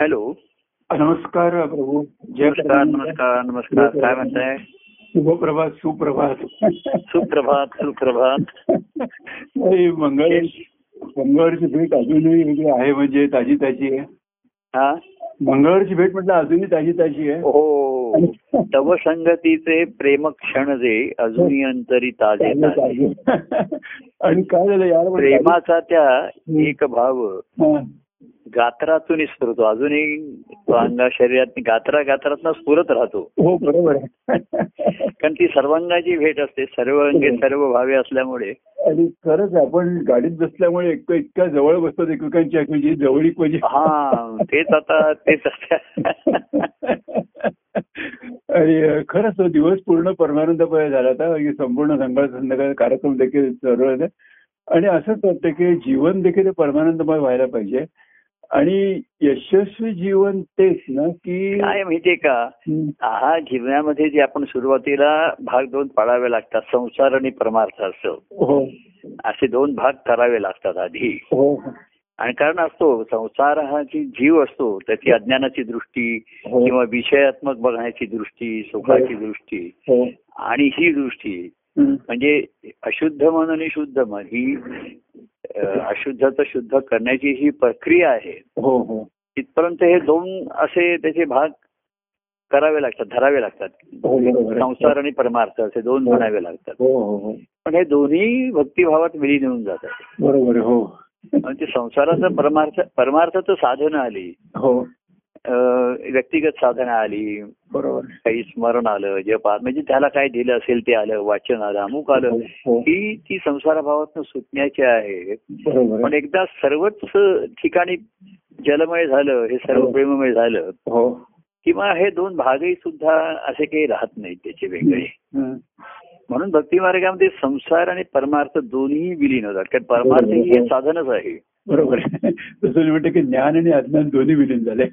Hello नमस्कार प्रभू जय नमस्कार नमस्कार नमस्कार काय म्हणताय शुभप्रभात सुप्रभात सुप्रभात सुप्रभात नाही, मंगळ मंगळवारची भेट अजूनही वेगळी आहे म्हणजे ताजी ताजी आहे हा मंगळवारची भेट म्हटलं अजूनही ताजी ताजी आहे हो तव संगतीचे प्रेम क्षण जे अजूनही अंतरी ताजे ताजे. ताजी, ताजी. आणि काय झालं यार म्हणजे- प्रेमाचा त्या एक भाव हा. गात्रातून स्फुरतो अजूनही तो अंगा शरीरात गात्रा गात्रातनं स्फुरत राहतो हो बरोबर आहे कारण ती सर्वांगाची भेट असते सर्व अंगे सर्व भावे असल्यामुळे आणि खरंच आपण गाडीत बसल्यामुळे एक इतक्या जवळ बसतो एकमेकांची म्हणजे जवळीक म्हणजे हा तेच आता तेच आता आणि अ, खरंच तो दिवस पूर्ण परमानंदमय झाला होता आणि संपूर्ण संकाळ संध्याकाळ कार्यक्रम देखील चालू होते आणि असंच वाटतं की जीवन देखील ते परमानंदमय व्हायला पाहिजे आणि यशस्वी जीवन तेच ना की काय माहितीये का हं, हा जीवनामध्ये जे आपण सुरुवातीला भाग दोन पाडावे लागतात संसार आणि परमार्थ असं हो असे दोन भाग करावे लागतात आधी हो आणि कारण असतो संसार हा जी जीव असतो त्याची अज्ञानाची दृष्टी हो किंवा विषयात्मक बघण्याची दृष्टी सुखाची दृष्टी हो आणि ही दृष्टी हं, म्हणजे अशुद्ध मन आणि शुद्ध मन ही अं, अशुद्धाचं शुद्ध करण्याची ही प्रक्रिया आहे हो हो तिथपर्यंत हे दोन असे त्याचे भाग करावे लागतात धरावे लागतात हो बरोबर आहे. संसार आणि परमार्थ असे दोन हो. म्हणावे लागतात हो हो हो पण हे दोन्ही भक्तिभावात विलीन होऊन जातात बरोबर आहे, हो आणि ते संसाराचं परमार्थ परमार्थाचं साधनं आली हो अं, व्यक्तिगत साधनं आली बरोबर आहे. काही स्मरण आलं जपात म्हणजे त्याला काय दिलं असेल ते आलं वाचन आलं अमुक आलं हो, ही ती संसाराभावातून सुटण्याची आहे बरोबर पण आहे. एकदा सर्वच ठिकाणी जलमय झालं हे सर्व हो. प्रेममय झालं हो किंवा हे दोन भागही सुद्धा असे काही राहत नाहीत त्याचे वेगळे हं. म्हणून भक्ती मार्गामध्ये संसार आणि परमार्थ दोन्ही विलीन होतात कारण परमार्थ ही एक साधनच आहे बरोबर आहे तसं मी म्हणते की ज्ञान आणि अज्ञान दोन्ही विलीन झाले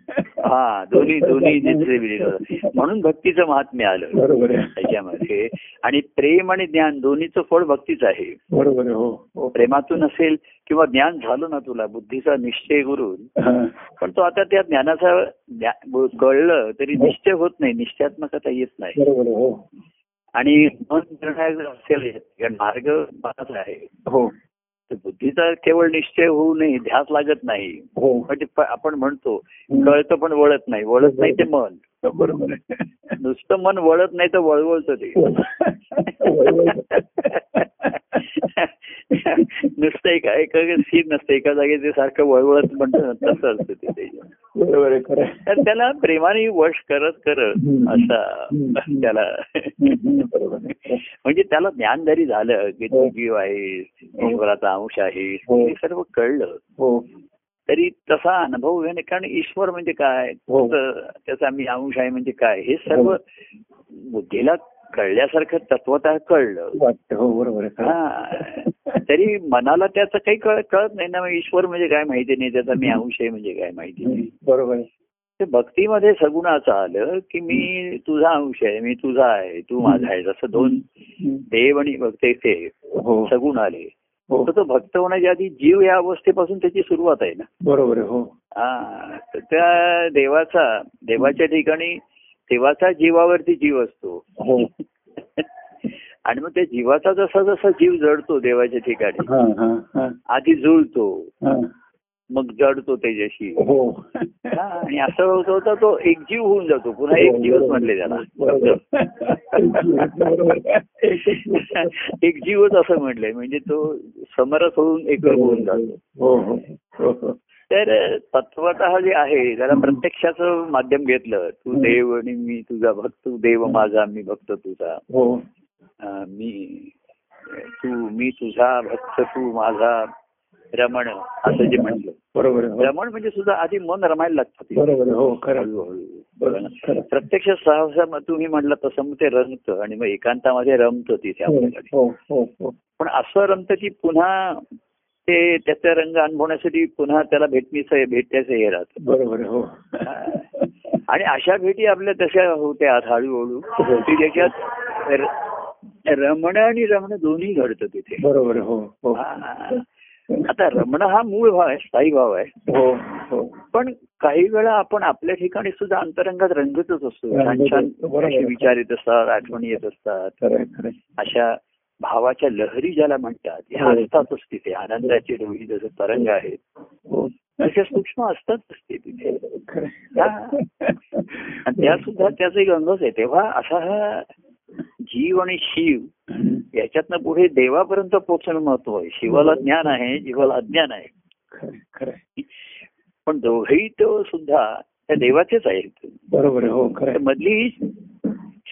हा दोन्ही दोन्ही नेत्रे विलीन होतात म्हणून भक्तीचं महात्म्य आलं बरोबर आहे त्याच्यामध्ये आणि प्रेम आणि ज्ञान दोन्हीचं फळ भक्तीच आहे बरोबर आहे हो हो प्रेमातून असेल किंवा ज्ञान झालं ना तुला बुद्धीचा निश्चय करून हा. पण तो आता त्या ज्ञानाचा ज्ञा- ब- कळलं तरी निश्चय होत नाही निश्चयात्मकता येत नाही बरोबर आहे हो आणि मन निर्णायक असेल कारण मार्ग मनाचा आहे हो तर बुद्धीचा केवळ निश्चय होऊ नये ध्यास लागत नाही हो पण ते म्हणजे प- आपण म्हणतो कळतं पण वळत नाही वळत नाही ते मन बरोबर आहे नुसतं मन वळत नाही तर वळवळतं ते नुसतं एक एक स्थिर नसतं एका जागेचे सारखं वळवळत म्हणतं ना, तसं असतं ते त्याच्यात. बरोबर आहे खरं आहे. तर त्याला प्रेमाने वश करत करत हम्म. असा हम्म. त्याला हम्म, बरोबर आहे. म्हणजे त्याला ज्ञान जरी झालं की तू हो. जीव आहे ईश्वराचा अंश आहे हो. हे सर्व कळलं हो तरी तसा अनुभव घेणे कारण ईश्वर म्हणजे काय हो. तर त्याचा मी अंश आहे म्हणजे काय हे सर्व हो. बुद्धीला कळल्यासारखं तत्वत कळलं वाटतं हो बरोबर आहे खरं आहे. हा तरी मनाला त्याचं काही कळ कळत नाही ना मग ईश्वर म्हणजे काय माहिती नाही त्याचा मी अंश आहे म्हणजे काय माहिती हम्म, नाही बरोबर आहे ते भक्तीमध्ये सगुणाचं आलं की मी तुझा अंश आहे मी तुझा आहे तू माझा आहे जसं दोन हम्म, देव आणि भक्तेचे हो सगुण आले हो तर तो भक्त होण्याच्या आधी जीव या अवस्थेपासून त्याची सुरुवात आहे ना बरोबर आहे हो हा, तर त्या देवाचा देवाच्या ठिकाणी देवाचा जीवावरती जीव असतो हो आणि मग त्या जीवाचा जसा जसा जीव जडतो देवाच्या ठिकाणी हा हा हा आधी जुळतो हा मग जडतो त्याच्याशी हो हा, आणि असं होत होता तो एकजीव होऊन जातो पुन्हा एक जीवच म्हणले त्याला हो, बरोबर. बरोबर. एक जीवच असं म्हणलंय म्हणजे तो समरस होऊन एक होऊन जातो हो हो हो, हो. तर तत्वत जे आहे त्याला प्रत्यक्षाचं माध्यम घेतलं तू देव आणि मी तुझा भक्त तू देव माझा मी भक्त तुझा हो अं, मी तू मी तुझा भक्त तू माझा रमण असं जे म्हटलं बरोबर आहे, हो. रमण म्हणजे सुद्धा आधी मन रमायला लागतं बरोबर आहे, हो खरं आहे. हळूहळू बरोबर, खरं आहे. प्रत्यक्ष सहसा मग तुम्ही म्हणलं तसं मग ते रमतं आणि मग एकांतामध्ये रमतं तिथे आपल्याकडे हो हो हो पण असं रमतं की पुन्हा ते त्याचा रंग अनुभवण्यासाठी पुन्हा त्याला भेटणीचं भेटण्याचं हे राहतं बरोबर आहे, हो आणि अशा भेटी आपल्या तशा होत्या आज हळूहळू हो. की ज्याच्यात र- रमण आणि रमण दोन्ही घडतं तिथे बरोबर आहे, हो हो हा. आता रमण हा मूळ भाव आहे स्थायी भाव आहे हो हो पण काही वेळा आपण आपल्या ठिकाणी सुद्धा अंतरंगात रंगतच असतो छान रंगतच छान असतो, बरोबर. असे विचार येत असतात आठवणी येत असतात खरंय खरंय अशा भावाच्या लहरी ज्याला म्हणतात ह्या हो. असतातच तिथे आनंदाची डोही जसं तरंग आहेत हो तशा सूक्ष्म असतातच ते तिथे आणि खरंय त्या सुद्धा त्याचा एक अंगच आहे तेव्हा असा हा जीव आणि शिव याच्यातनं पुढे देवापर्यंत पोहोचणं महत्व आहे शिवाला ज्ञान आहे जीवाला अज्ञान आहे खरंय खरंय पण दोघही तो सुद्धा त्या देवाचेच आहेत बरोबर आहे हो तर खरंय मधली ही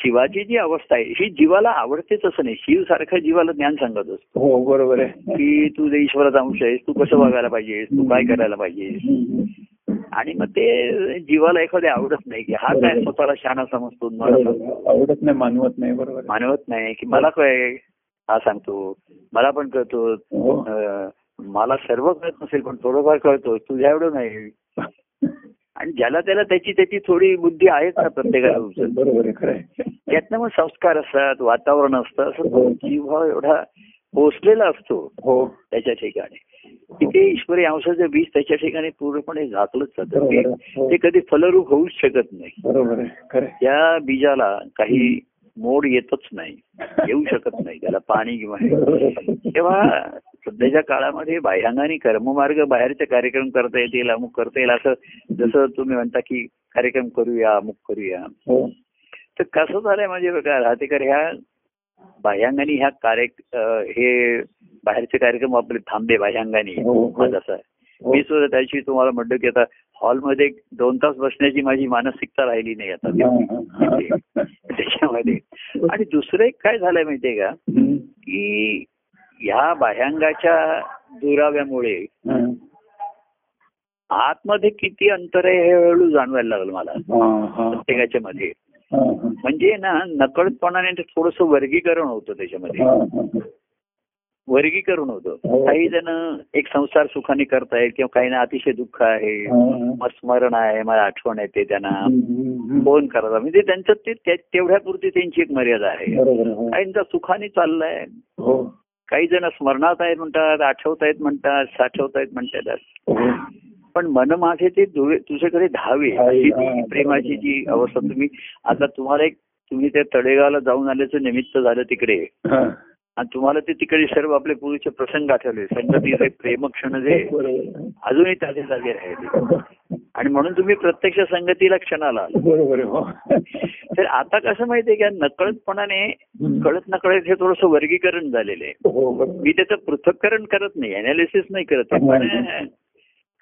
शिवाची जी अवस्था आहे ही जीवाला आवडतेच असं नाही शिव सारखं जीवाला ज्ञान सांगत असतो हो बरोबर आहे की तू जे ईश्वराचा अंश आहेस तू कसं वागायला पाहिजेस तू काय करायला पाहिजेस हम्म. आणि मग ते जीवाला एखाद्या आवडत नाही की हा काय स्वतःला शहाणा समजतो मला बरोबर आहे. आवडत नाही मानवत नाही बरोबर आहे. मानवत नाही की मला काय हा सांगतो मला पण कळतो हो अं, मला सर्व कळत नसेल पण थोडंफार कळतो तुझ्या एवढं नाही आणि ज्याला त्याला त्याची त्याची थोडी बुद्धी आहेच ना प्रत्येकाला उचल बरोबर आहे खरं आहे. त्यातनं मग संस्कार असतात वातावरण असतं असं तो जीवभाव एवढा पोचलेला असतो हो त्याच्या ठिकाणी तिथे ईश्वरी अंशाचं बीज त्याच्या ठिकाणी पूर्णपणे झाकलंच जातं बरोबर ते- आहे. हो. ते कधी फलरूप होऊच शकत नाही बरोबर आहे खरं आहे. त्या बीजाला काही मोड येतच नाही येऊ शकत नाही त्याला पाणी किंवा हे. बरोबर आहे. तेव्हा सध्याच्या काळामध्ये बाह्यांगाने कर्ममार्ग बाहेरचे कार्यक्रम करता येतील अमुक करता येईल असं जसं तुम्ही म्हणता की कार्यक्रम करूया अमुक करूया हो तर कसं झालंय म्हणजे बघा राहतेकर ह्या बाह्यांगानी ह्या कार्य अं, हे बाहेरचे कार्यक्रम आपले थांबे बाह्यांगानी हो, हो. माझा असा आहे. हो. मी सुद्धा त्याशी तुम्हाला म्हटलं की आता हॉलमध्ये दोन तास बसण्याची माझी मानसिकता राहिली नाही आता हा, हा. त्याच्यामध्ये आणि दुसरं एक काय झालंय माहितीये का हम्म. की ह्या बाह्यांगाच्या दुराव्यामुळे हा. आतमध्ये किती अंतर आहे हे हळूहळू जाणवायला लागलं मला हा, हा. प्रत्येकाच्या मध्ये हा, हा. म्हणजे ना नकळतपणाने थोडस वर्गीकरण होतं त्याच्यामध्ये हा, हा. वर्गीकरण होतं हो. काही जण एक संसार सुखाने करतायत किंवा काही ना अतिशय दुःख आहे हा, हा. मला स्मरण आहे मला आठवण येते त्यांना हम्म, हम्म. फोन करायला म्हणजे त्यांचं ते ते- तेवढ्यापुरती त्यांची एक मर्यादा आहे बरोबर आहे, हो. काहींचा सुखाने चाललाय हो काही जण स्मरणात आहेत म्हणतात आठवतायत म्हणतात साठवतायत म्हणतात हो. पण मन माझे ते दुवे- तुझ्याकडे धावे धावे, अशी हा, ती प्रेमाची बरोबर. जी अवस्था तुम्ही आता तुम्हाला एक तुम्ही त्या तळेगावला जाऊन आल्याचं निमित्त झालं तिकडे हा. आणि तुम्हाला ते तिकडे सर्व आपले पूर्वीचे प्रसंग आठवले संगतीचे प्रेमक्षण जे बरोबर आहे. अजूनही ताजे ताजे राहिले आणि म्हणून तुम्ही प्रत्यक्ष संगतीला क्षणाला आला. बरोबर आहे, हो तर आता कसं माहितीये का नकळतपणाने हम्म. कळत नकळत हे थोडस वर्गीकरण झालेलं आहे हो बरोबर मी त्याचं पृथक्करण करत नाही अनालिसिस नाही करत आहे. पण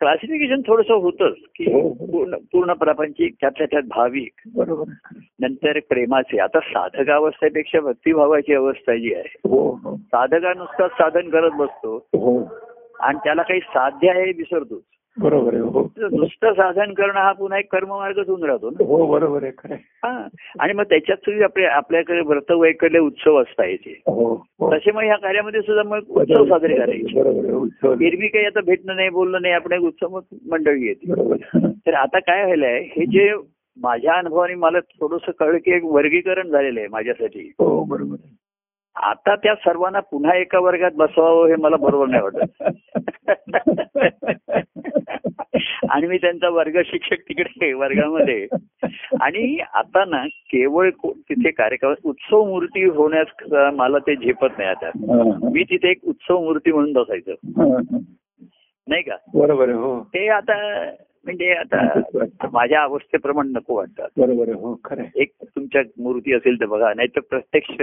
क्लासिफिकेशन थोडस होतच की हो. पूर्ण पूर्ण प्रापंचिक त्यातल्या त्यात भाविक बरोबर आहे. नंतर प्रेमाचे आता साधक अवस्थेपेक्षा भक्तिभावाची अवस्था जी आहे हो हो साधका नुसताच साधन करत बसतो हो आणि त्याला काही साध्य आहे हे विसरतोच बरोबर आहे हो तर नुसतं साधन करणं हा पुन्हा एक कर्ममार्गच होऊन राहतो ना हो बरोबर आहे खरं आहे. हा. आणि मग त्याच्यात सुद्धा आपले आपल्याकडे व्रत वैकडले उत्सव असता याचे हो हो तसे मग ह्या कार्यामध्ये सुद्धा मग उत्सव साजरे करायचे बरोबर आहे उत्सव एरवी काही आता भेटणं नाही बोलणं नाही आपण एक उत्सव मंडळी येते बरोबर तर आता काय व्हायलंय हे जे माझ्या अनुभवाने मला थोडस कळलं की एक वर्गीकरण झालेलं आहे माझ्यासाठी हो बरोबर आहे. आता त्या सर्वांना पुन्हा एका वर्गात बसवावं हे मला बरोबर नाही वाटत आणि मी त्यांचा वर्ग शिक्षक तिकडे आहे, वर्गामध्ये आणि आता ना केवळ को- तिथे कार्यक्रम उत्सव मूर्ती होण्यास मला ते झेपत नाही आता हा, हा. मी तिथे एक उत्सव मूर्ती म्हणून बसायचं हा, हा. नाही का बरोबर आहे हो ते आता म्हणजे आता माझ्या अवस्थेप्रमाणे नको वाटतात बरोबर आहे हो खरं आहे. एक तुमच्या मूर्ती असेल तर बघा नाही तर प्रत्यक्ष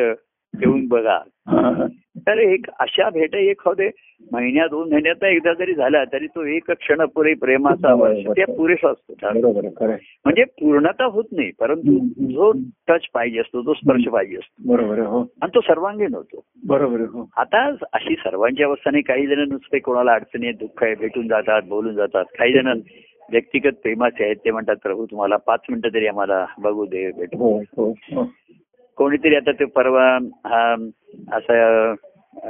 येऊन बघा हा, हा. तर एक अशा भेट एक होते महिन्या दोन महिन्यात एकदा जरी झाला तरी तो एक क्षण पुरे प्रेमाचा वर्ष त्या पुरेसा असतो बरोबर आहे खरं आहे. म्हणजे पूर्णता होत नाही परंतु जो टच पाहिजे असतो जो स्पर्श पाहिजे असतो बरोबर आहे हो आणि तो सर्वांगीण होतो बरोबर आहे हो आता अशी सर्वांची अवस्था नाही काही जण नुसते कोणाला अडचणी आहेत दुःख आहे भेटून जातात बोलून जातात काही जण व्यक्तिगत प्रेमाचे आहेत ते म्हणतात प्रभू तुम्हाला पाच मिनिटं तरी आम्हाला बघू दे भेटू हो हो हो कोणीतरी आता ते परवा हा असं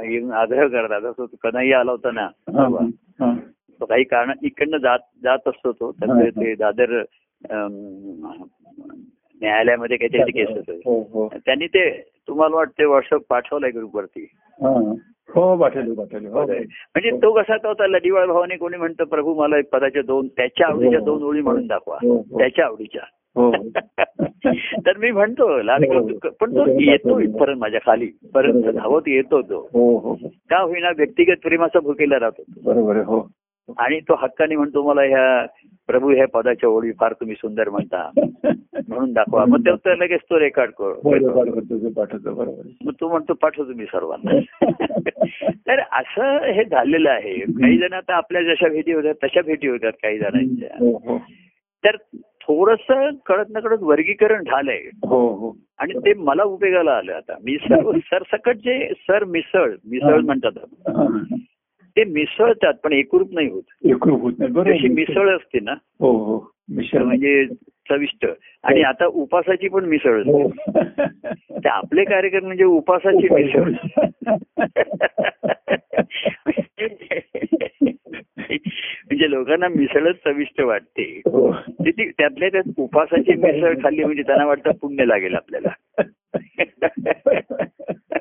येऊन आग्रह करतात असं तो कन्हैया आला होता ना हा, परवा. हा. तो काही कारण इकडनं जात जात असतो तो तर ते दादर अम, न्यायालयामध्ये काहीतरी केस होते हो हो त्यांनी ते तुम्हाला वाटते व्हॉट्सअप पाठवलाय ग्रुपवरती हा. हो पाठवले पाठवले हो बरोबर. म्हणजे तो कसा तो होता लढीवाळ भावाने कोणी म्हणतं प्रभू मला एक पदाच्या दोन त्याच्या आवडीच्या दोन ओळी म्हणून दाखवा हो, हो. त्याच्या आवडीच्या हो तर मी म्हणतो लहान हो. कौतुक. पण तो येतो इथपर्यंत माझ्या खाली पर्यंत धावत येतो तो हो हो हो. का होईना व्यक्तिगत प्रेमाचा भुकेला राहतो बरोबर आहे हो आणि तो हक्काने म्हणतो मला ह्या प्रभू ह्या पदाच्या ओळी फार तुम्ही सुंदर म्हणता म्हणून दाखवा मग तेव्हा तर लगेच तो रेकॉर्ड बरोबर, कर बरोबर तुझं पाठवतो बरोबर आहे. मग तो म्हणतो पाठवतो मी सर्वांना तर असं हे झालेलं आहे काही जण आता आपल्या जशा भेटी होतात तशा भेटी होतात काही जणांच्या हो हो तर थोडस कळत न कळत वर्गीकरण झालंय हो हो आणि ते मला उपयोगाला आलं आता मी सर्व सरसकट जे सर मिसळ मिसळ म्हणतात हा. ते मिसळतात पण एकरूप नाही होत एकरूप होत नाही बरोबर जशी आहे. मिसळ असते ना हो हो मिश्रण म्हणजे चविष्ट आणि आता उपासाची पण मिसळ असते हो. तर आपले कार्यक्रम म्हणजे उपासाची मिसळ म्हणजे लोकांना मिसळच चविष्ट वाटते हो. ते ती- त्यातल्या त्यात उपासाची मिसळ खाल्ली म्हणजे त्यांना वाटतं पुण्य लागेल आपल्याला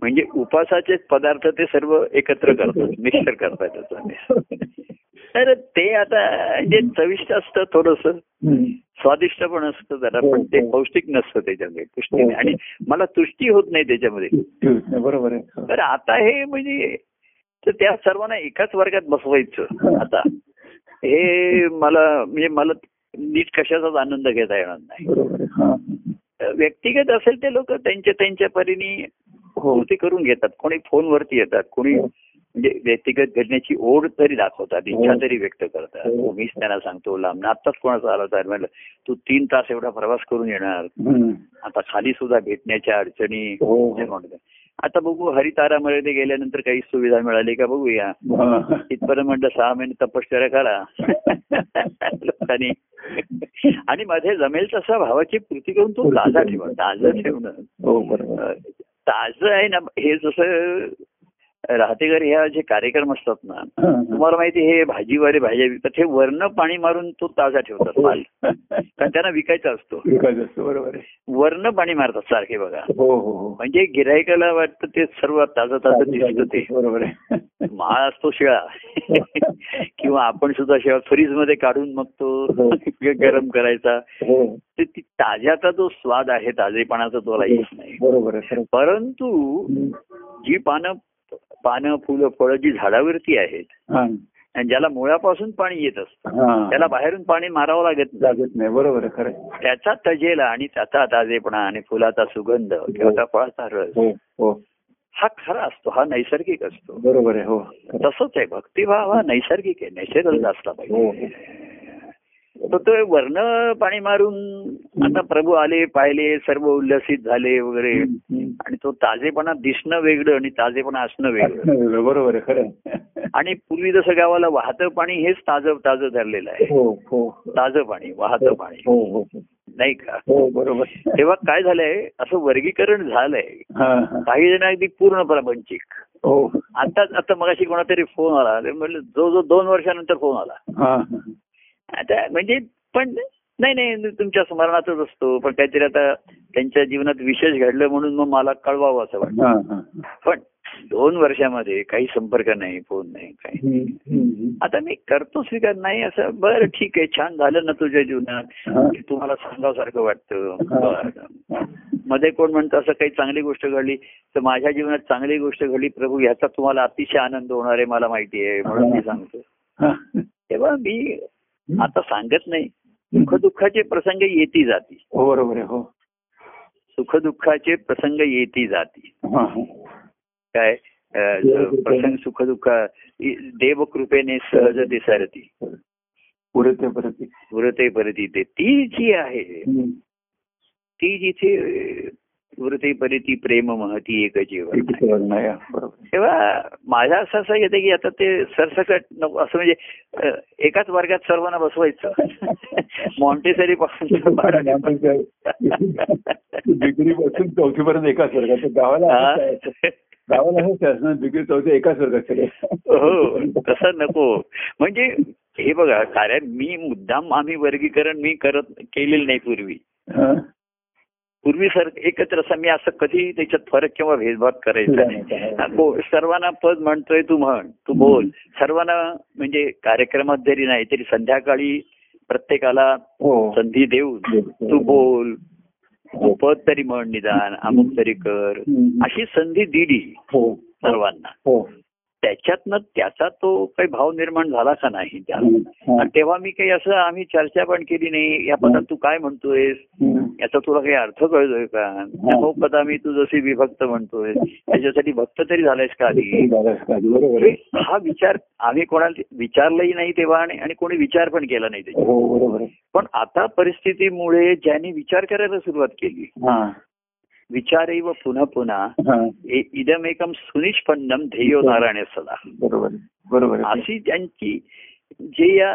म्हणजे उपासाचे पदार्थ ते सर्व एकत्र करतात मिक्सर करतात त्याचं. तर ते आता जे चविष्ट असतं थोडस हम्म. स्वादिष्ट पण असतं जरा हो, पण ते हो. पौष्टिक नसतं त्याच्यामध्ये पुष्टीने हो. आणि मला तुष्टी होत नाही त्याच्यामध्ये ते होत नाही, बरोबर आहे हो. तर आता हे म्हणजे तर त्या सर्वांना एकाच वर्गात बसवायचं आता हे मला म्हणजे मला नीट कशाचाच आनंद घेता येणार नाही बरोबर आहे हा. व्यक्तिगत असेल ते लोक त्यांच्या त्यांच्या परीने हो कृती करून घेतात कोणी फोनवरती येतात कोणी हो. म्हणजे व्यक्तिगत घडण्याची ओढ तरी दाखवतात हो. इच्छा तरी व्यक्त करतात हो. मीच त्यांना सांगतो लांब आत्ताच कोणाचा आला होता म्हणलं तू तीन तास एवढा प्रवास करून येणार हम्म. आता खाली सुद्धा भेटण्याच्या अडचणी हो. जे म्हणतात. आता बघू हरितारामध्ये गेल्यानंतर काही सुविधा मिळाली का बघूया हा. तिथपर्यंत म्हटलं सहा महिने तपश्चर्या करा लोकांनी आणि मध्ये जमेल तसा भावाची कृती करून तो ताजा ठेवा ताजं ठेवणं हो बरोबर अं, ताजं आहे ना हे जसं राहतेकर ह्या जे कार्यक्रम असतात ना हा, हा. तुम्हाला माहिती हे भाजीवाले भाज्या विकतात हे वर्ण पाणी मारून तो ताजा ठेवतात माल कारण त्यांना विकायचा असतो विकास असतो बरोबर आहे वर्ण पाणी मारतात सारखे बघा हो हो हो म्हणजे गिरायकाला वाटतं ते सर्व ताजं ताजं दिसतं ते बरोबर आहे माळ असतो शिळा किंवा आपण सुद्धा शिळा फ्रीज मध्ये काढून मग तो हो. गरम करायचा हो ते ती ताज्याचा जो स्वाद आहे ताजेपणाचा तो येत नाही बरोबर आहे बरोबर. परंतु हम्म. जी पानं पानं फुलं फळं जी झाडावरती आहेत हा. आणि ज्याला मुळापासून पाणी येत असतं हा. त्याला बाहेरून पाणी मारावं लागत नाही. लागत नाही बरोबर आहे खरं आहे. त्याचा तजेला आणि त्याचा ताजेपणा आणि फुलाचा सुगंध किंवा त्या फळाचा रस हो हो हा खरा असतो हा नैसर्गिक असतो बरोबर आहे हो खरं आहे. तसंच आहे भक्तिभाव हा नैसर्गिक आहे नॅचरल असला हो पाहिजे तर तो वर्ण पाणी मारून आता प्रभू आले पाहिले सर्व उल्लसित झाले वगैरे हम्म. आणि तो ताजेपणा दिसणं वेगळं आणि ताजेपणा असणं वेगळं असणं वेगळं. बरोबर आहे खरं आहे. आणि पूर्वी जसं गावाला वाहतं पाणी हेच ताजं ताजं धरलेलं आहे हो हो ताजं पाणी वाहतं पाणी हो हो हो. नाही का हो बरोबर तेव्हा काय झालंय असं वर्गीकरण झालंय हा, हा. काही जण अगदी पूर्ण प्रापंचिक हो आता आता मगाशी कोणातरी फोन आला ते म्हणलं जो जो दोन वर्षानंतर फोन आला हा आता म्हणजे पण नाही नाही तुमच्या स्मरणातच असतो पण काहीतरी आता त्यांच्या जीवनात विशेष घडलं म्हणून मग मला कळवावं असं वाटतं हा, हा. पण दोन वर्षामध्ये काही संपर्क नाही फोन नाही काही हम्म, हम्म. आता मी करतो स्वीकार नाही असं बरं ठीक आहे छान झालं ना तुझ्या जीवनात हा. तुम्हाला सांगावसारखं वाटतं हा. बरं. मध्ये कोण म्हणतं असं काही चांगली गोष्ट घडली तर माझ्या जीवनात चांगली गोष्ट घडली प्रभू ह्याचा तुम्हाला अतिशय आनंद होणार आहे मला माहिती आहे म्हणून मी सांगतो हा. तेव्हा मी आता सांगत नाही सुखदुःखाचे प्रसंग येती जाती हो बरोबर आहे हो सुखदुःखाचे प्रसंग येती जाती हा, हा. काय अं, प्रसंग सुखदुःख देव कृपेने सहज दिसारती पुरत आहे, पुरत आहे. वृते परिती ते ती जी आहे हम्म. ती जिथे अं, वृते परिती प्रेम महती एक जीवन एक सवाल नाही, हा. बरोबर तेव्हा माझ्या असं असं येतं की आता ते सरसकट नको असं म्हणजे अं, एकाच वर्गात सर्वांना बसवायचं मॉन्टेसरी पासून डिग्री पासून चौथी पर्यंत एकाच वर्गात गावाला Ah. असंच आहे. गावाला असंच आहे ना डिग्री चौथी एकाच वर्गात हो तसं नको म्हणजे हे बघा कारण मी मुद्दाम आम्ही वर्गीकरण मी करत केलेलं नाही पूर्वी हा. पूर्वी सर एकत्र असं मी असं कधी त्याच्यात फरक किंवा भेदभाव करायचा नाही हा, को- सर्वांना पद म्हणतोय तू म्हण तू बोल सर्वांना म्हणजे कार्यक्रमात जरी नाही तरी संध्याकाळी प्रत्येकाला हो संधी देऊन तू Oh. बोल तू पद तरी म्हण निदान अमुक तरी कर हम्म. अशी संधी दिली हो सर्वांना हो त्याच्यातनं त्याचा तो काही भाव निर्माण झाला का नाही त्याला हम्म. हा. आणि तेव्हा मी काही असं आम्ही चर्चा पण केली नाही या पदात तू काय म्हणतोयस हम्म. याचा तुला काही अर्थ कळतोय का नमो पदा मी तू जशी विभक्त म्हणतोय त्याच्यासाठी भक्त तरी झालायस का आधी झालंच का? बरोबर आहे. हे- हा विचार आम्ही कोणाला विचारलाही नाही तेव्हा आणि आणि कोणी विचार पण केला नाही त्याचा हो बरोबर आहे. पण आता परिस्थितीमुळे ज्यांनी विचार करायला सुरुवात केली हा विचारही व पुन्हा पुन्हा हा ए- इदमेकम सुनिष्पन्नम ध्येयो नारायण सदा बरोबर आहे. बरोबर आहे. अशी त्यांची जे या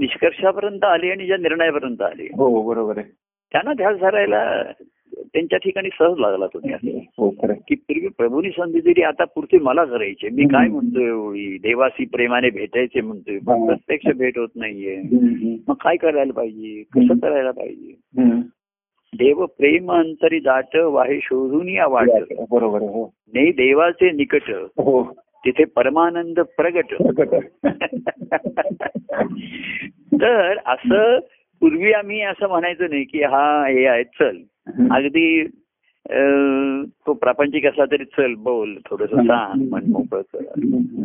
निष्कर्षापर्यंत आली आणि ज्या निर्णयापर्यंत आली हो बरोबर आहे त्यांना ध्यास धरायला त्यांच्या ठिकाणी सहज लागला तो ध्यास हो खरं आहे. की पूर्वी प्रभूनी संधी दिली आता पुरती मला करायची मी काय म्हणतोय ओळी देवासी प्रेमाने भेटायचे म्हणतोय पण हा. प्रत्यक्ष भेट होत नाहीये हम्म, हम्म. मग काय करायला पाहिजे कसं करायला पाहिजे हम्म. देव प्रेम अंतरी दाट वाहे शोधून या वाट बरोबर आहे. हो नाही देवाचे निकट हो तिथे परमानंद प्रगट प्रकट आहे. तर असं पूर्वी आम्ही असं म्हणायचं नाही की हा हे आहे चल अगदी अं, तो प्रापंचिक असला तरी चल बोल थोडस सांग मन मोकळं कर हम्म.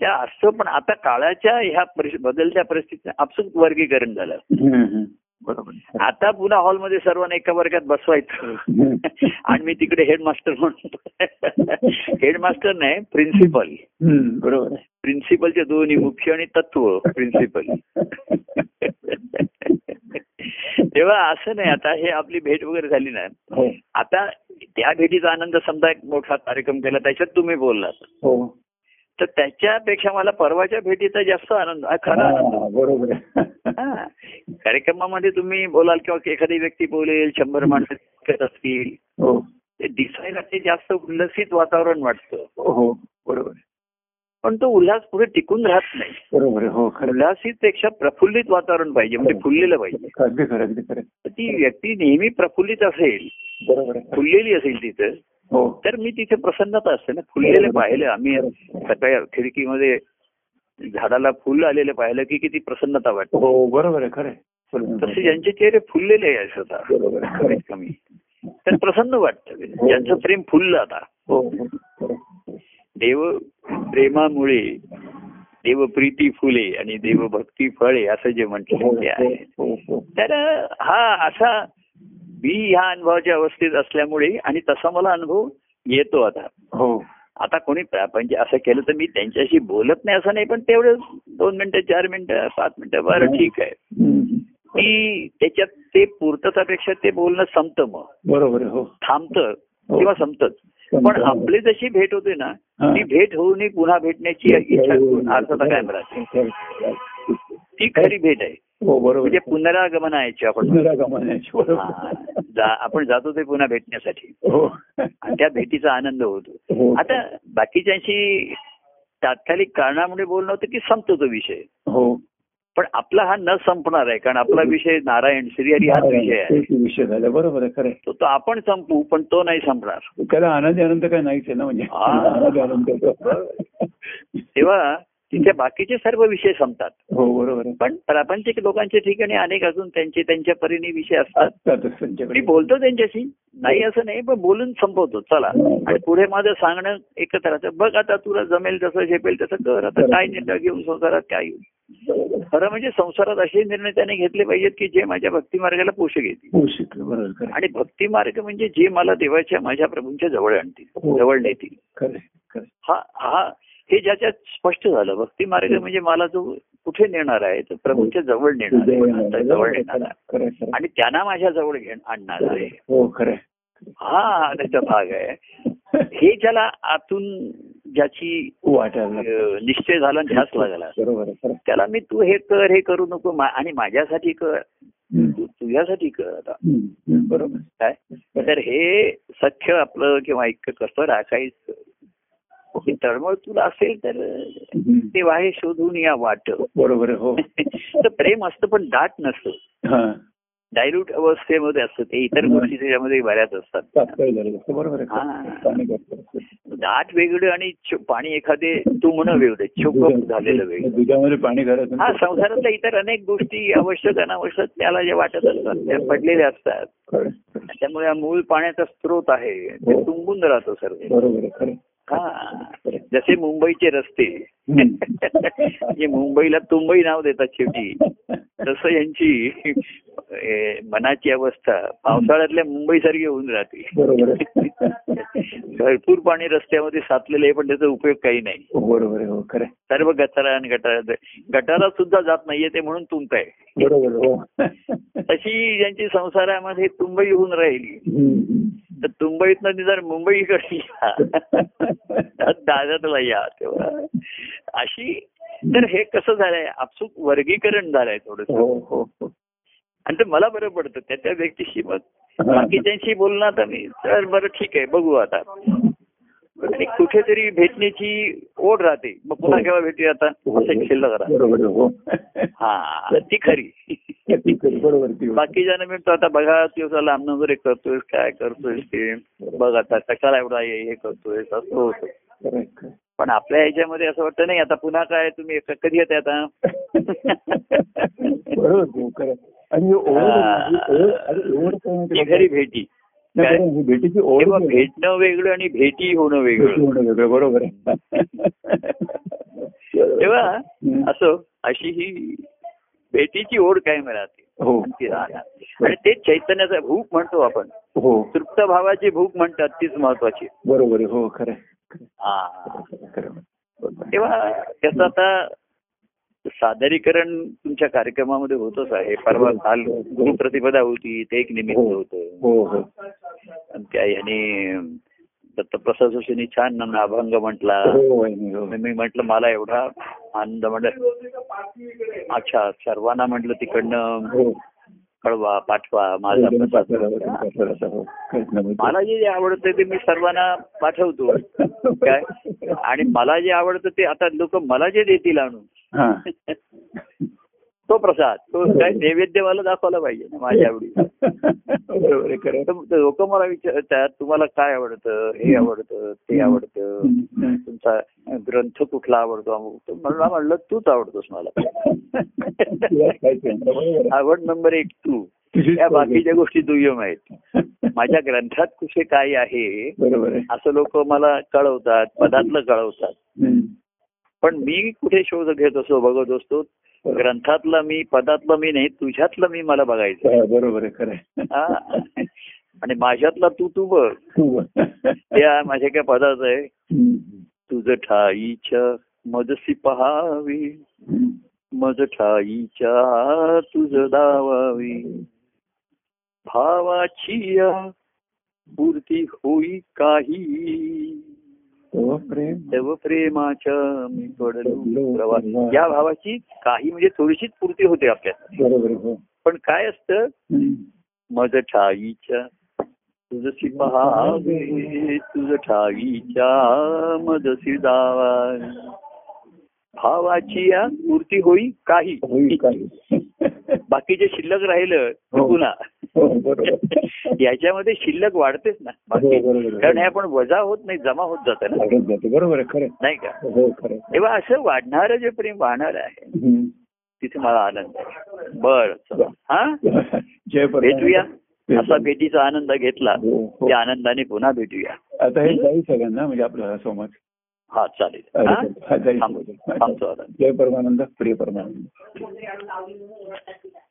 त्या असं पण आता काळाच्या ह्या परिस- बदलत्या परिस्थितीत आपसूक वर्गीकरण झालं हम्म, हम्म. बरोबर आहे. आता पुन्हा हॉलमध्ये सर्वांना एका वर्गात बसवायचं हम्म. आणि मी तिकडे हेडमास्टर म्हणतो हेडमास्टर नाही प्रिन्सिपल हम्म, बरोबर आहे. प्रिन्सिपलचे दोन्ही मुख्य आणि तत्व प्रिन्सिपल तेव्हा असं नाही आता हे आपली भेट वगैरे झाली ना हो आता त्या भेटीचा आनंद समजा एक मोठा कार्यक्रम केला त्याच्यात तुम्ही बोललात हो तर त्याच्यापेक्षा मला परवाच्या भेटीचा जास्त आनंद हा खरा आनंद हा, बरोबर आहे. हा. कार्यक्रमामध्ये तुम्ही बोलाल किंवा एखादी व्यक्ती बोलेल शंभर माणसं ऐकत असतील हो ते दिसायला ते जास्त उल्लसित वातावरण वाटतं हो बरोबर आहे. पण तो उल्हास पुढे टिकून राहत नाही बरोबर आहे. हो खरं उल्हासित पेक्षा प्रफुल्लित वातावरण पाहिजे म्हणजे फुललेलं पाहिजे आहे. अगदी खरं अगदी खरं आहे. तर ती व्यक्ती नेहमी प्रफुल्लित असेल बरोबर आहे. फुललेली असेल तिथं हो तर मी तिथे प्रसन्नता असते ना फुललेलं पाहिलं आम्ही सकाळी खिडकीमध्ये झाडाला फुल आलेलं पाहिलं की किती प्रसन्नता वाटते हो बरोबर आहे खरं आहे. बरोबर आहे. तसे ज्यांचे चेहरे फुललेले आहे स्वतः बरोबर आहे. खरं कमीत आहे. कमी तर प्रसन्न वाटतं ज्यांचं प्रेम फुललं आता हो हो खरं आहे. देव प्रेमामुळे देवप्रीती फुले आणि देवभक्ती फळे असं जे हो, म्हटलं ते हो, आहे हो, हो. तर हा असा मी ह्या अनुभवाच्या अवस्थेत असल्यामुळे आणि तसा मला अनुभव येतो आता हो आता कोणी म्हणजे असं केलं तर मी त्यांच्याशी बोलत नाही असं नाही पण तेवढं दोन मिनिटं चार मिनिटं सात मिनिटं हो. बरं ठीक आहे हम्म. की त्याच्यात ते पूर्ततापेक्षा ते बोलणं संपतं मग बरोबर आहे. हो थांबतं किंवा संपतच पण आपली जशी भेट होते ना हा. ती भेट होऊन पुन्हा भेटण्याची इच्छा हो, अर्थात कायम राहते ती खरी भेट आहे हो बरोबर म्हणजे आहे. पुनरागमन आहे आपण पुनरागमनाची, बरोबर हा. जा- आपण जातो ते पुन्हा भेटण्यासाठी हो आणि त्या भेटीचा आनंद होतो हो आता बाकीच्यांशी तात्कालिक कारणामुळे बोलणं होतं की संपतो तो विषय हो पण आपला हा न संपणार आहे कारण आपला विषय नारायण श्रीहरी हाच विषय आहे तेच विषय झाला बरोबर आहे खरं आहे. तो तो आपण संपू पण तो नाही संपणार त्याला आनंदी आनंद काय नाहीच आहे ना म्हणजे हा. आनंदी आनंद होतो. तेव्हा तिथे बाकीचे सर्व विषय संपतात हो बरोबर आहे पण प्रापंचिक लोकांच्या ठिकाणी अनेक अजून त्यांचे त्यांच्या परीने विषय असतात असतातच मी त्यांच्याकडे बोलतो त्यांच्याशी नाही असं नाही पण बोलून संपवतो चला आणि पुढे माझं सांगणं एकत्र राहतं बघ आता तुला जमेल जसं झेपेल तसं कर आता काय निर्णय घेऊन संसारात काय येईल खरं म्हणजे संसारात असे निर्णय त्याने घेतले पाहिजेत की जे माझ्या भक्ती मार्गाला पोषक येतील होऊ शकलं बरोबर खरं आहे. आणि भक्ती मार्ग म्हणजे जे मला देवाच्या माझ्या प्रभूंच्या जवळ आणतील हो. जवळ नेतील खरं आहे, खरं आहे. हा हा हे ज्याच्यात स्पष्ट झालं भक्ती मार्ग म्हणजे मला जो कुठे नेणार आहे तर प्रभूंच्या हो. जवळ नेणार आहे हो. कोणाच्या जवळ नेणार आहे खरं आहे, खरं आहे. आणि त्यांना माझ्या जवळ घेण आणणार आहे हो खरं आहे. हा हा त्याचा भाग आहे हे ज्याला आतून ज्याची वाटायला लागलं. अं, निश्चय झाला आणि ध्यास लागला बरोबर आहे खरं आहे. त्याला मी तू हे कर हे करू नको मा- आणि माझ्यासाठी कर हम्म. तू तुझ्यासाठी कर आता हम्म. हम्म. बरोबर काय तर हे सख्य आपलं किंवा ऐक्य कसं राखायचं ही तळमळ तुला असेल तर हम्म. ते वाहे शोधून या वाट बरोबर आहे हो तर प्रेम असतं पण दाट नसतं हा डायरूट अवस्थेमध्ये असतं ते इतर गोष्टी त्याच्यामध्ये बऱ्याच असतात तात्काळ झालं असतं बरोबर आहे हा. स्थानिक असतं. आठ वेगळे आणि छो- पाणी एखादे तुंबणं वेगळे छोक झालेलं वेगळं दुधामध्ये पाणी हा घालायचं संसारातल्या इतर अनेक गोष्टी आवश्यक अनावश्यक त्याला जे वाटत असतात त्या पडलेल्या असतात खरं. त्यामुळे हा मूळ पाण्याचा स्रोत आहे ते हो. तुंबून राहतो सर्व बरोबर आहे खरं हा जसे मुंबईचे रस्ते हम्म. जे मुंबईला तुंबई नाव देतात शेवटी तसं यांची ए, मनाची अवस्था पावसाळ्यातल्या मुंबईसारखी होऊन राहते बरोबर आहे भरपूर पाणी रस्त्यामध्ये साचलेलं आहे पण त्याचा उपयोग काही नाही हो, बरोबर आहे हो खरं आहे. सर्व गटारा आणि गटारात गटारात सुद्धा जात नाहीये ते म्हणून तुंबताय बरोबर आहे, हो तशी ज्यांची संसारामध्ये तुंबई होऊन राहिली हम्म. तर तुंबईतनं निदान मुंबईकडे या दादरला या तेव्हा अशी तर हे कसं झालंय आपसूक वर्गीकरण झालंय हो थोडस हो हो आणि ते मला बरं पडतं त्या त्या व्यक्तीशी मग हा. बाकीच्यांशी बोलणार आता मी तर बरं ठीक आहे बघू आता आणि कुठेतरी भेटण्याची ओढ राहते मग पुन्हा हो. केव्हा भेटूया आता असं एक शिल्लक राहते बरोबर आहे, हो हा ती खरी ठीक आहे, बरोबर आहे, ती गोष्ट. बाकीच्या मिळतो आता बघा दिवसाला लांबणं वगैरे करतोय काय करतोय ते बघ आता कशाला एवढा हे हे करतोय असं होतं खरं आहे, खरं आहे. पण आपल्या ह्याच्यामध्ये असं वाटतं नाही आता पुन्हा काय तुम्ही एक- कधी येते आता बरोबर आहे, हो, खरं आहे. आणि ओळख हा. ओळख आणि ओळख काय माहिती ती आहे खरी का? भेटी नाही, काय? बरोबर आहे, भेटीची ओळख तेव्हा नाही. भेटणं वेगळं आणि भेटी होणं म्हणजे? भेटी वेगळं होणं वेगळं, बरोबर आहे तेव्हा हम्म. असं अशी ही भेटीची ओढ कायम राहते हो ती राहणार. आणि तेच चैतन्याचा भूक म्हणतो आपण हो तृप्त भावाची भूक म्हणतात तीच महत्वाची बरोबर आहे, हो खरं आहे, खरं आहे, हा. खरं आहे. बरोबर आहे. तेव्हा त्याचं आता सादरीकरण तुमच्या कार्यक्रमामध्ये होतच आहे परवा काल गुरुप्रतिपदा होती ते एक निमित्त हो. होतं हो हो आणि त्या ह्याने दत्तप्रसाद जोशींनी छान अभंग म्हटला हो वहिनी, हो. मी म्हटलं मला एवढा आनंद म्हटलं अच्छा सर्वांना म्हटलं तिकडनं हो. कळवा पाठवा माझा वेदना प्रसाद. पाठवायला होती, पाठवायला होता, हो. काहीच नाही माहिती. मला जे जे आवडतं ते मी सर्वांना पाठवतो काय आणि मला जे आवडतं ते आता लोक मला जे देतील आणून हा. तो प्रसाद तो हो. काय नैवेद्य मला दाखवायला पाहिजे ना माझ्या आवडी बरोबर आहे, खरं आहे. लोक मला विचारतात तुम्हाला काय आवडतं हे आवडतं ते आवडतं तुमचा ग्रंथ कुठला आवडतो अमुक तो मला म्हणलं तूच आवडतोस तुला काहीच नाही, बरोबर मला आहे. आवड नंबर एक तू तुझीच या पाहिजे. बाकीच्या गोष्टी दुय्यम आहेत माझ्या ग्रंथात कुठे काय आहे बरोबर आहे असं लोक मला कळवतात पदातलं कळवतात हम्म. पण मी कुठे शोध घेत असतो बघत असतो बरोबर. ग्रंथातलं मी पदातलं मी नाही तुझ्यातलं मी मला बघायचं हा, बरोबर आहे खरं आहे. हा. आणि माझ्यातला तू तू बघ तू बोल. त्या माझ्या काय पदाचं आहे हम्म. तुझं ठाईच्या मजसी पहावी हम्म. मज ठाईच्या तुझ दावावी भावाची या पूर्ती होई काही तो प्रेम तव प्रेमाच्या मी पडलो प्रवास या भावाची काही म्हणजे थोडीशीच पूर्ती होते आपल्यात बरोबर आहे, हो पण काय असतं हम्म. मज ठाईच्या तुझशी पहावे तुझ ठाईच्या मजसी दावावी भावाची या मूर्ती होई काही होईल काही बाकीचे शिल्लक राहिलं हो. पुन्हा हो, बरोबर आहे. याच्यामध्ये शिल्लक वाढतेच ना बाकी हो, बरोबर आहे. कारण हे आपण वजा होत नाही जमा होत जात ना आवडत जाते बरोबर आहे खरं आहे. नाही का हो खरं आहे. तेव्हा असं वाढणारं जे प्रेम वाहणार आहे हम्म. तिथे मला आनंद आहे बर हा जय परमानंद. भेटूया जय असा परमानंद. भेटीचा आनंद घेतला हो, हो. त्या आनंदाने पुन्हा भेटूया आता हे जाईल सगळ्यांना म्हणजे आपला समज हा चालेल हा? हा, जाईल थांबू. समज. थांबतो आता जय परमानंद प्रिय परमानंद